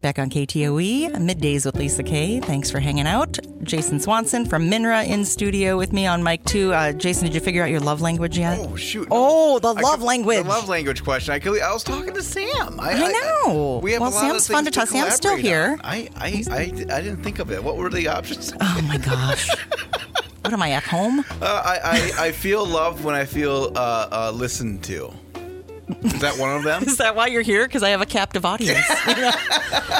Back on KTOE, E, middays with Lisa Kay. Thanks for hanging out. Jason Swanson from Minra in studio with me on mic two. Uh, Jason, did you figure out your love language yet? Oh shoot! Oh, the I love could- language. The love language question. I, could, I was talking to Sam. I, I know. we have Well, a lot Sam's of fun to things talk- Sam's still collaborate on. here. I, I, I, I didn't think of it. What were the options? Uh, Oh my gosh. what am I at home? I, I, I feel loved when I feel uh, uh, listened to. Is that one of them? Is that why you're here? Because I have a captive audience. You know?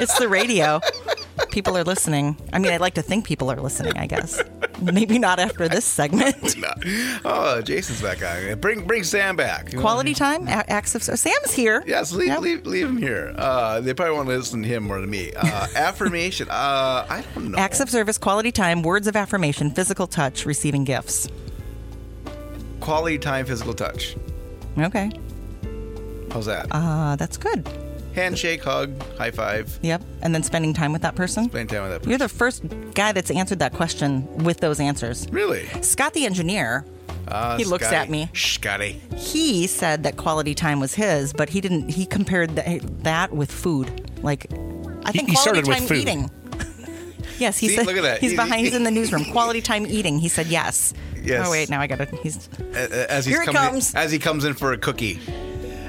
it's the radio. People are listening. I mean, I'd like to think people are listening, I guess. Maybe not after this segment. No. Oh, Jason's back on. Bring bring Sam back. You Quality time, a- acts of so Sam's here. Yes, leave, Yep. leave, leave him here. Uh, they probably want to listen to him more than me. Uh, affirmation. Uh, I don't know. Acts of service, quality time, words of affirmation, physical touch, receiving gifts. Quality time, physical touch. Okay. How's that? Uh, that's good. Handshake, hug, high five. Yep. And then spending time with that person. Spend time with that person. You're the first guy that's answered that question with those answers. Really? Scott the engineer, Uh, He looks Scotty. at me. Scotty. he said that quality time was his, but he didn't. He compared th- that with food. Like, I think he quality started with time food. eating. yes, he See, said. look at that. He's He- behind he- in the newsroom. Quality time eating. He said yes. Yes. Oh wait, now I got it. He's A- As he's Here he coming in- comes. as he comes in for a cookie.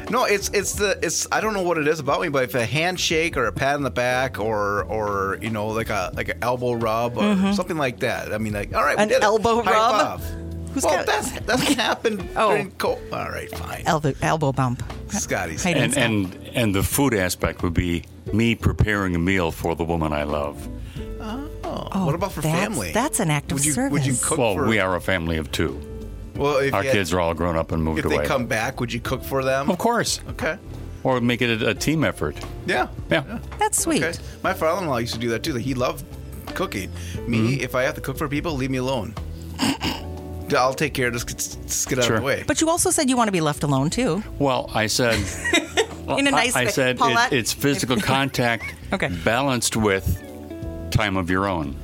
No, it's it's the it's I don't know what it is about me, but if a handshake or a pat on the back or or you know like a like an elbow rub or something like that. I mean, like all right, Mm-hmm. we An did it. elbow High rub? Five. Who's well, got- that's that's happened. Oh. during co- all right, fine. elbow, elbow bump. Scotty's Hiding and Scott. and and the food aspect would be me preparing a meal for the woman I love. what about for Oh, that's- family? that's an act of would you, Would you service. cook well, for? we are a family of two. well, if Our you had- kids are all grown up and moved If away. they come back, would you cook for them? of course, Okay. or make it a, a team effort. Yeah. Yeah. That's sweet. Okay. My father-in-law used to do that too. He loved cooking. Mm-hmm. Me, if I have to cook for people, leave me alone. I'll take care of this. Just just get out of Sure. the way. But you also said you want to be left alone too. Well, I said In a nice I, I way. said Paulette? it, it's physical contact Okay. balanced with time of your own.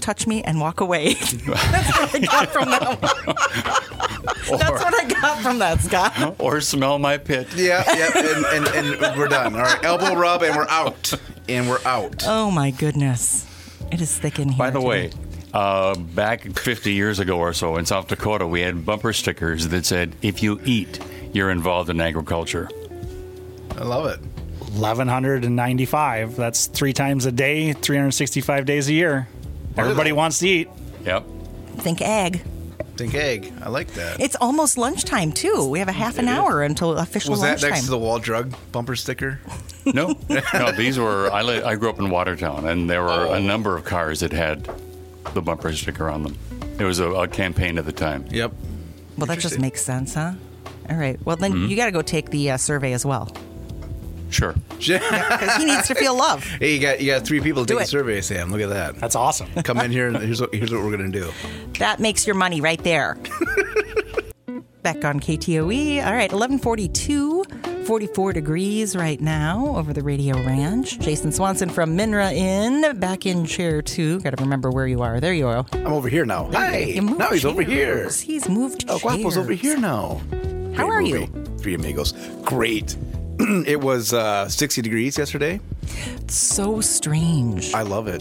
Touch me and walk away. that's what I got from that. one. Or, That's what I got from that, Scott. or smell my pit. yeah, yeah, and, and, and we're done. All right, elbow rub, and we're out. And we're out. Oh my goodness, it is thick in here. By the way, today. uh, back 50 years ago or so in South Dakota, we had bumper stickers that said, if you eat, you're involved in agriculture. I love it. 1195 that's three times a day 365 days a year everybody wants to eat Yep. think egg. Think egg. I like that. It's almost lunchtime too. We have a half an hour until official Was that lunchtime. next to the wall drug bumper sticker? No, no, these were, I, li- I grew up in Watertown, and there were a number of cars that had the bumper sticker on them. It was a, a campaign at the time. Yep. well, that just Interesting. Mm-hmm. makes sense, huh? All right. Well, then you got to go take the uh, survey as well. Sure. 'Cause he needs to feel love. Hey, you got you got three people to Do take a it. survey, Sam. Look at that. that's awesome Come in here, and here's what, here's what we're gonna do. That makes your money right there. Back on KTOE. E. All right, 1142, 44 degrees right now over the Radio Ranch. Jason Swanson from Minra Inn, back in chair two. Got to remember where you are. There you are. I'm over here now. Hi. You moved Now he's over here. chairs. He's moved Oh, Guapo's over chairs. here now. How are you? Three amigos. Great. it was uh, 60 degrees yesterday. So strange. I love it.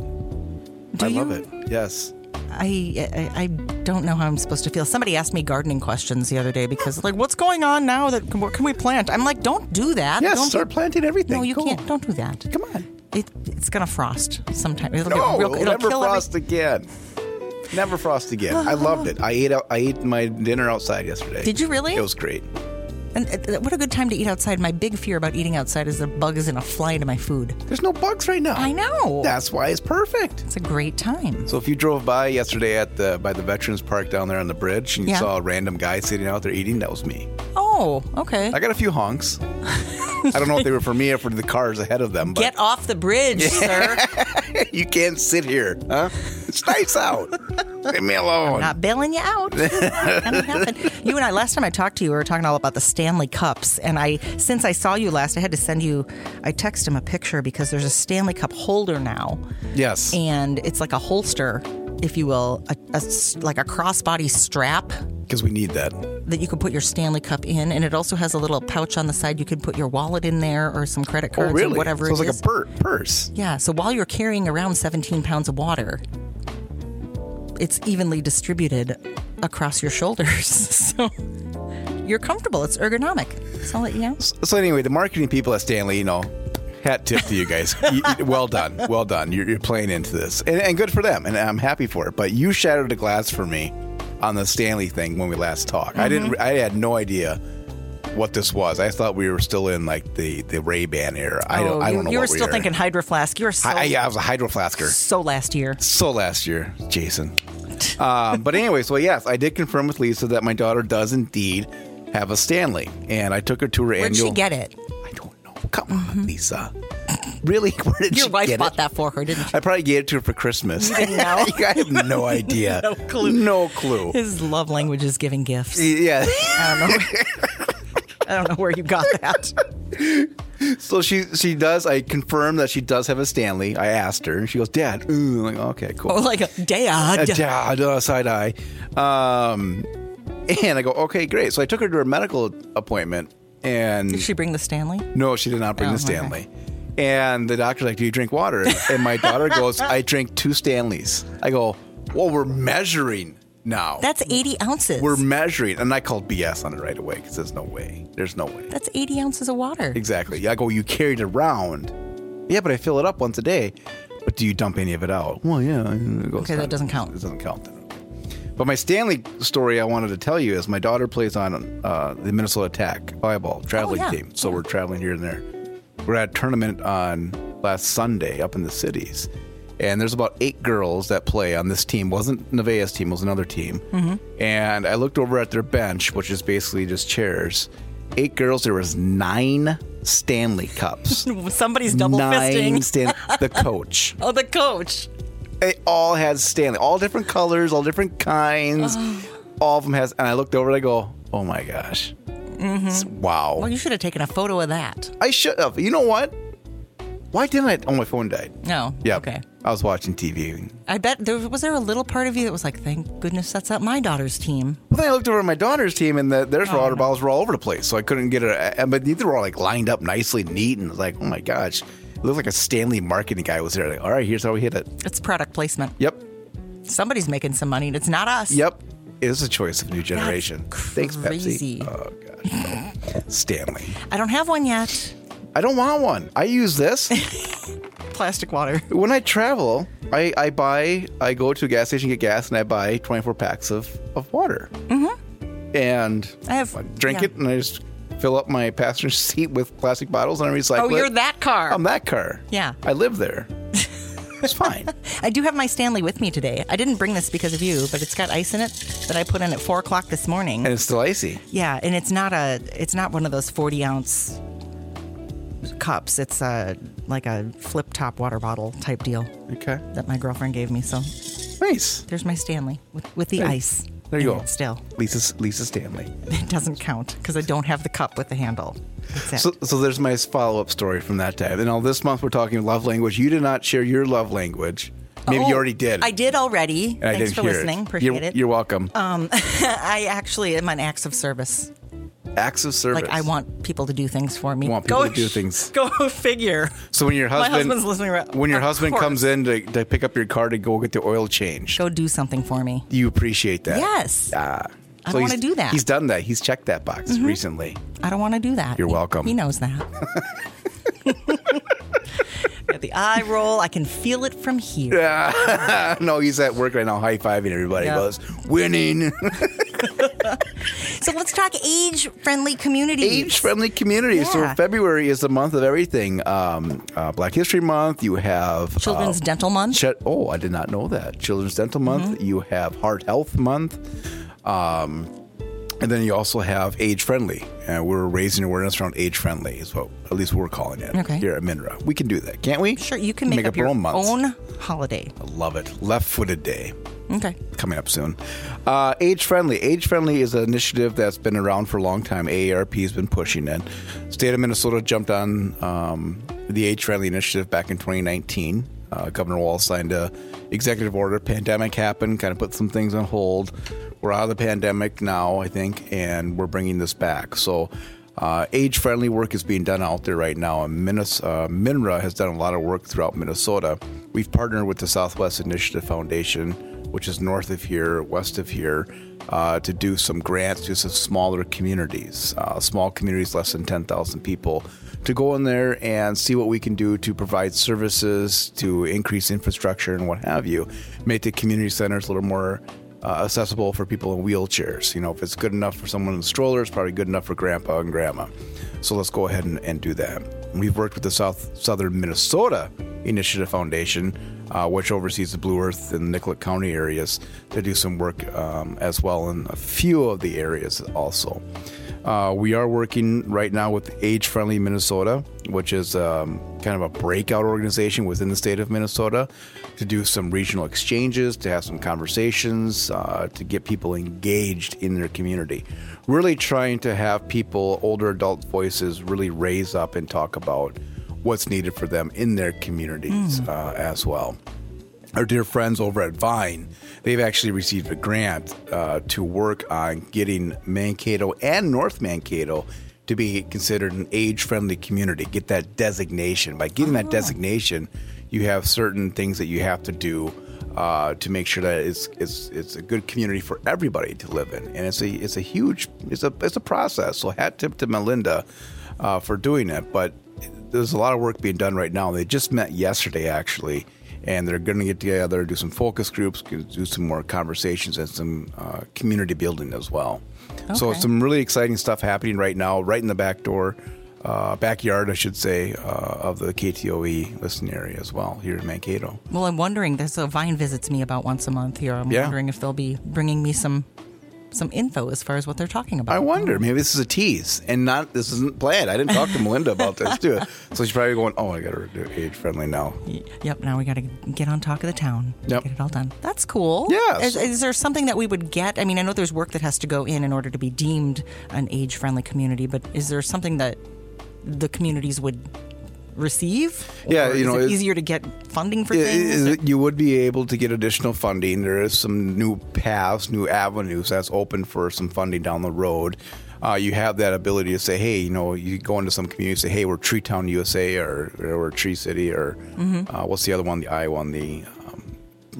Do I love you? it. Yes. I, I I don't know how I'm supposed to feel. Somebody asked me gardening questions the other day because like, what's going on now? That what can we plant? I'm like, don't do that. Yes. don't start do- planting everything. No, you Go. can't. Don't do that. Come on. It, it's gonna frost sometime. It'll No, get real, it'll never kill every- frost again. Never frost again. I loved it. I ate out, I ate my dinner outside yesterday. Did you really? It was great. and uh, what a good time to eat outside. My big fear about eating outside is the bug is gonna fly into my food. There's no bugs right now. I know. That's why it's perfect. It's a great time. So if you drove by yesterday at the by the Veterans Park down there on the bridge and you Yeah. saw a random guy sitting out there eating, that was me. Oh, okay. I got a few honks. I don't know if they were for me or for the cars ahead of them, but Get off the bridge, sir. you can't sit here, huh? It's nice out. Leave me alone. Not bailing you out. That happened. You and I last time I talked to you, we were talking all about the Stanley Cups, and I since I saw you last, I had to send you. I text him a picture because there's a Stanley Cup holder now, yes. and it's like a holster, if you will, a, a s- like a crossbody strap. Because we need that. Oh, that you can put your Stanley Cup in, and it also has a little pouch on the side you can put your wallet in there or some credit Oh, cards really? or whatever so it's it like is. a pur- purse. yeah. So while you're carrying around 17 pounds of water, it's evenly distributed across your shoulders, so you're comfortable. It's ergonomic. So I'll let you know. So anyway, the marketing people at Stanley, you know, hat tip to you guys. You- you- well done, well done. You're, you're playing into this, and, and good for them, and I'm happy for it. But you shattered a glass for me on the Stanley thing when we last talked. I Mm-hmm. didn't. I had no idea what this was. I thought we were still in like the the Ray Ban era. I don't. Oh, you, I don't know. you what were still thinking Hydro Flask. You were so, I, uh, I, yeah, I was a hydro flasker. so last year. So last year, Jason. Um, but anyway, so yes, I did confirm with Lisa that my daughter does indeed have a Stanley, and I took her to her Where'd annual. she get it? I don't know. Come on, Lisa. Really? Where did Mm-hmm. Your she wife get bought it? that for her, didn't she? I probably gave it to her for Christmas. You didn't know? I have no idea. No clue. No clue. His love language is giving gifts. Yeah. I don't know. I don't know where you got that. So she she does. I confirm that she does have a Stanley. I asked her, and she goes, "Dad." Ooh, I'm like, okay, cool. Oh, like a dad. dad, uh, side eye. Um, and I go, okay, great. So I took her to her medical appointment, and Did she bring the Stanley? no, she did not bring Oh, the Stanley. And the doctor's like, do you drink water? And- And my daughter goes, I drink two Stanleys. I go, well, we're measuring now. That's 80 ounces. we're measuring, and I called BS on it right away because there's no way. There's no way. That's 80 ounces of water. Exactly. I go, you carried around. Yeah, but I fill it up once a day. But do you dump any of it out? Well, yeah. Okay, that doesn't count. It doesn't count. Then. But my Stanley story I wanted to tell you is my daughter plays on uh, the Minnesota Tech volleyball traveling yeah. team. So we're traveling here and there. We're at a tournament on last Sunday up in the cities. And there's about eight girls that play on this team. Wasn't Nevaeh's team, was another team. Mm-hmm. And I looked over at their bench, which is basically just chairs. Eight girls, there was nine Stanley Cups. Somebody's double nine fisting. Stan- the coach Oh, the coach. they all had Stanley, all different colors, all different kinds. All of them has. And I looked over and I go, oh my gosh. It's- Wow. Mm-hmm. Well, Oh, you should have taken a photo of that. I should have. You know what? Why didn't I? Oh, my phone died. No. Yeah. Okay. I was watching TV. I bet there was there a little part of you that was like, thank goodness that's not my daughter's team. Well, then I looked over at my daughter's team, and the, Oh. their water bottles were all over the place, so I couldn't get it. and- But these were all like lined up nicely, neat, and it was like, oh my gosh, it looked like a Stanley marketing guy was there. Like, all right, here's how we hit it. It's product placement. Yep, Somebody's making some money, and it's not us. Yep. It is a choice of new generation. Thanks, crazy. Pepsi. Oh, gosh. Stanley. I don't have one yet. I don't want one. I use this. Plastic water. when I travel, I, I buy, I go to a gas station, get gas, and I buy 24 packs of, of water. Mm-hmm. And I have- drink yeah. it, and I just fill up my passenger seat with plastic bottles, and I recycle Oh, you're it. that car. I'm that car. Yeah. I live there. it's fine. I do have my Stanley with me today. I didn't bring this because of you, but it's got ice in it that I put in at four o'clock this morning. And it's still icy. yeah, and it's not a it's not one of those forty ounce cups. It's a like a flip top water bottle type deal Okay. that my girlfriend gave me. So Nice. there's my Stanley with, with the Hey, ice. there you in go. it Still, Lisa, Lisa Stanley. it doesn't count because I don't have the cup with the handle. That's it. So, so there's my follow up story from that time. And now this month we're talking love language. You did not share your love language. Maybe Oh, you already did. I did already. And Thanks didn't for hear listening. It. Appreciate you're, it. Uh, You're welcome. I actually am on acts of service. Acts of service. Like I want people to do things for me. You want people Go- to do things. Go figure. So when your My husband, husband's listening right- when your of husband course. comes in to, to pick up your car to go get the oil change, Go do something for me. you appreciate that. Yes. Ah. I So don't wanna he's- do that. Mm-hmm. He's done that. He's checked that box recently. I don't want to do that. You're He- welcome. He, knows that. Got the eye roll. I can feel it from here. no, he's at work right now, high fiving everybody. Yeah. Goes winning. So let's talk age friendly communities. age friendly community. So Yeah. February is the month of everything. Um, uh, Black History Month. You have Children's uh, Dental Month. Ch- oh, I did not know that. Children's Dental Month. Mm-hmm. You have Heart Health Month. Um, and then you also have age friendly. Uh, we're raising awareness around age friendly, is what at least we're calling it Okay. here at Minra. We can do that, can't we? sure, you can make, up, your our own months. holiday. I love it. Left footed day Okay. coming up soon. Uh, Age Friendly. Age Friendly is an initiative that's been around for a long time. AARP has been pushing it. State of Minnesota jumped on um, the Age Friendly initiative back in 2019. Uh, Governor Wall signed a executive order. Pandemic happened, kind of put some things on hold. We're out of the pandemic now, I think, and we're bringing this back. So, uh, age friendly work is being done out there right now. And Minnes- uh, MINRA has done a lot of work throughout Minnesota. We've partnered with the Southwest Initiative Foundation, which is north of here, west of here, uh, to do some grants to some smaller communities, uh, small communities less than 10,000 people, to go in there and see what we can do to provide services, to increase infrastructure, and what have you, make the community centers a little more uh, accessible for people in wheelchairs. You know, if it's good enough for someone in a stroller, it's probably good enough for grandpa and grandma. So let's go ahead and, and do that. We've worked with the South Southern Minnesota Initiative Foundation, uh, which oversees the Blue Earth and Nicollet County areas, to do some work um, as well in a few of the areas also. Uh, we are working right now with Age Friendly Minnesota, which is um, kind of a breakout organization within the state of Minnesota, to do some regional exchanges, to have some conversations, uh, to get people engaged in their community. Really trying to have people, older adult voices, really raise up and talk about what's needed for them in their communities uh, as well our dear friends over at Vine, they've actually received a grant uh, to work on getting Mankato and North Mankato to be considered an age friendly community, get that designation. By getting that designation, you have certain things that you have to do. Uh, to make sure that it's, it's it's a good community for everybody to live in, and it's a it's a huge it's a it's a process. So hat tip to Melinda uh, for doing it, but there's a lot of work being done right now. They just met yesterday actually, and they're going to get together, do some focus groups, do some more conversations, and some uh, community building as well. So Okay. some really exciting stuff happening right now, right in the back door, uh, backyard, I should say, uh, of the KTOE E listening area as well here in Mankato. Well, I'm wondering. There's a Vine visits me about once a month here. I'm Yeah. wondering if they'll be bringing me some some info as far as what they're talking about. I wonder. Maybe this is a tease, and not this isn't planned. I didn't talk to Melinda about this too, so she's probably going, "Oh, I got to do age friendly now." Yep. Now we got to get on talk of the town. Yep. Get it all done. That's cool. Yes. Is, is there something that we would get? I mean, I know there's work that has to go in in order to be deemed an age-friendly community, but is there something that the communities would receive? Yeah, Or you is know, it it's- easier to get funding for Yeah, things. i- i- you would be able to get additional funding. There is some new paths, new avenues that's open for some funding down the road. Uh, you have that ability to say, hey, you know, you go into some community, say, hey, we're Tree Town USA or, or we're Tree City or Mm-hmm. uh, what's the other one? The Iowa one, the um,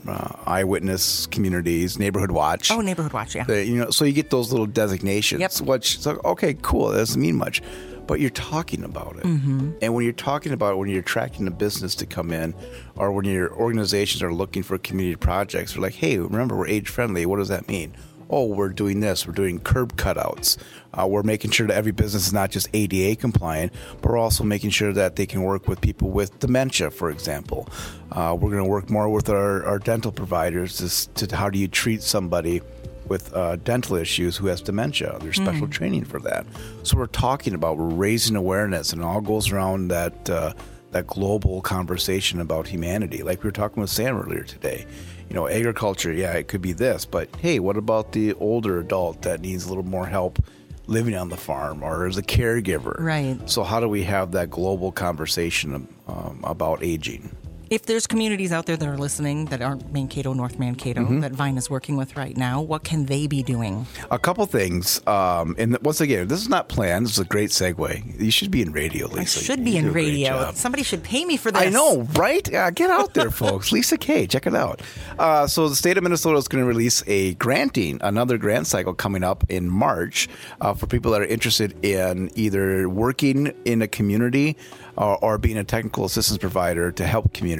uh, Eyewitness Communities, Neighborhood Watch. oh, neighborhood watch. Yeah. They- you know, so you get those little designations, Yep. which it's like, okay, cool, that doesn't mean much, but you're talking about it. Mm-hmm. And when you're talking about it, when you're attracting a business to come in, or when your organizations are looking for community projects, they're like, hey, remember we're age friendly. What does that mean? Oh, we're doing this. We're doing curb cutouts. Uh, we're making sure that every business is not just ADA compliant, but we're also making sure that they can work with people with dementia, for example. Uh, we're going to work more with our, our dental providers to, s- to how do you treat somebody with uh, dental issues who has dementia. There's special training for that. So we're talking about we're raising awareness, and it all goes around that uh, that global conversation about humanity. Like we were talking with Sam earlier today. You know, agriculture, yeah, it could be this, but hey, what about the older adult that needs a little more help living on the farm or as a caregiver? Right. So how do we have that global conversation um, about aging? If there's communities out there that are listening that aren't Mankato, North Mankato, Mm-hmm. that Vine is working with right now, what can they be doing? A couple things, um, and once again, this is not planned. This is a great segue. You should be in radio, Lisa. I should You be do a in great radio. job. Somebody should pay me for this. I know, right? Yeah, get out there, folks. Lisa Kay, check it out. Uh, so the state of Minnesota is going to release a granting, another grant cycle coming up in March uh, for people that are interested in either working in a community or, or being a technical assistance provider to help communities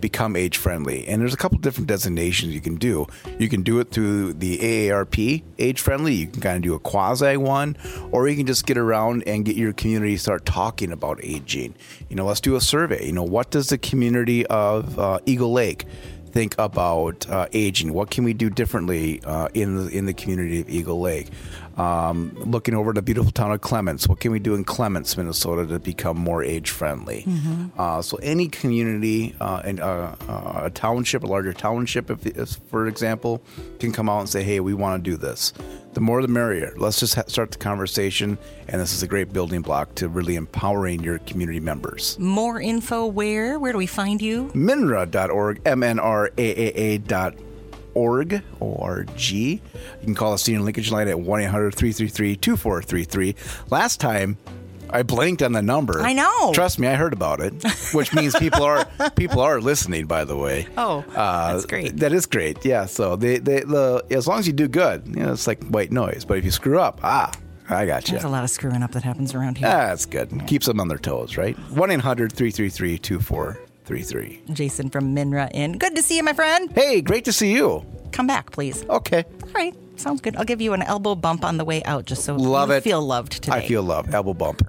become age friendly. And there's a couple different designations you can do. You can do it through the AARP age friendly. You can kind of do a quasi one, or you can just get around and get your community to start talking about aging. You know, let's do a survey. You know, what does the community of uh, Eagle Lake think about uh, aging? What can we do differently uh, in the in the community of Eagle Lake? Um, looking over the beautiful town of Clements. What can we do in Clements, Minnesota, to become more age friendly? Uh, so, any community uh, and uh, uh, a township, a larger township, if, if, for example, can come out and say, "Hey, we want to do this." The more, the merrier. Let's just ha- start the conversation, and this is a great building block to really empowering your community members. More info where? Where do we find you? minra.org, M-N-R-A-A-A dot org, O-R-G. You can call us senior linkage line at 1-800-333-2433. Last time, I blanked on the number. I know. Trust me, I heard about it, which means people are people are listening. By the way, Uh, Oh, that's great. That is great. Yeah. So they, they the as long as you do good, you know, it's like white noise. But if you screw up, ah, I got you. There's a lot of screwing up that happens around here. That's good. Keeps them on their toes, right? 1-800-333-2433. Jason from Minra Inn. Good to see you, my friend. Hey, great to see you. Come back, please. Okay. All right. Sounds good. I'll give you an elbow bump on the way out just so Love you it. feel loved today. I feel love. Elbow bump.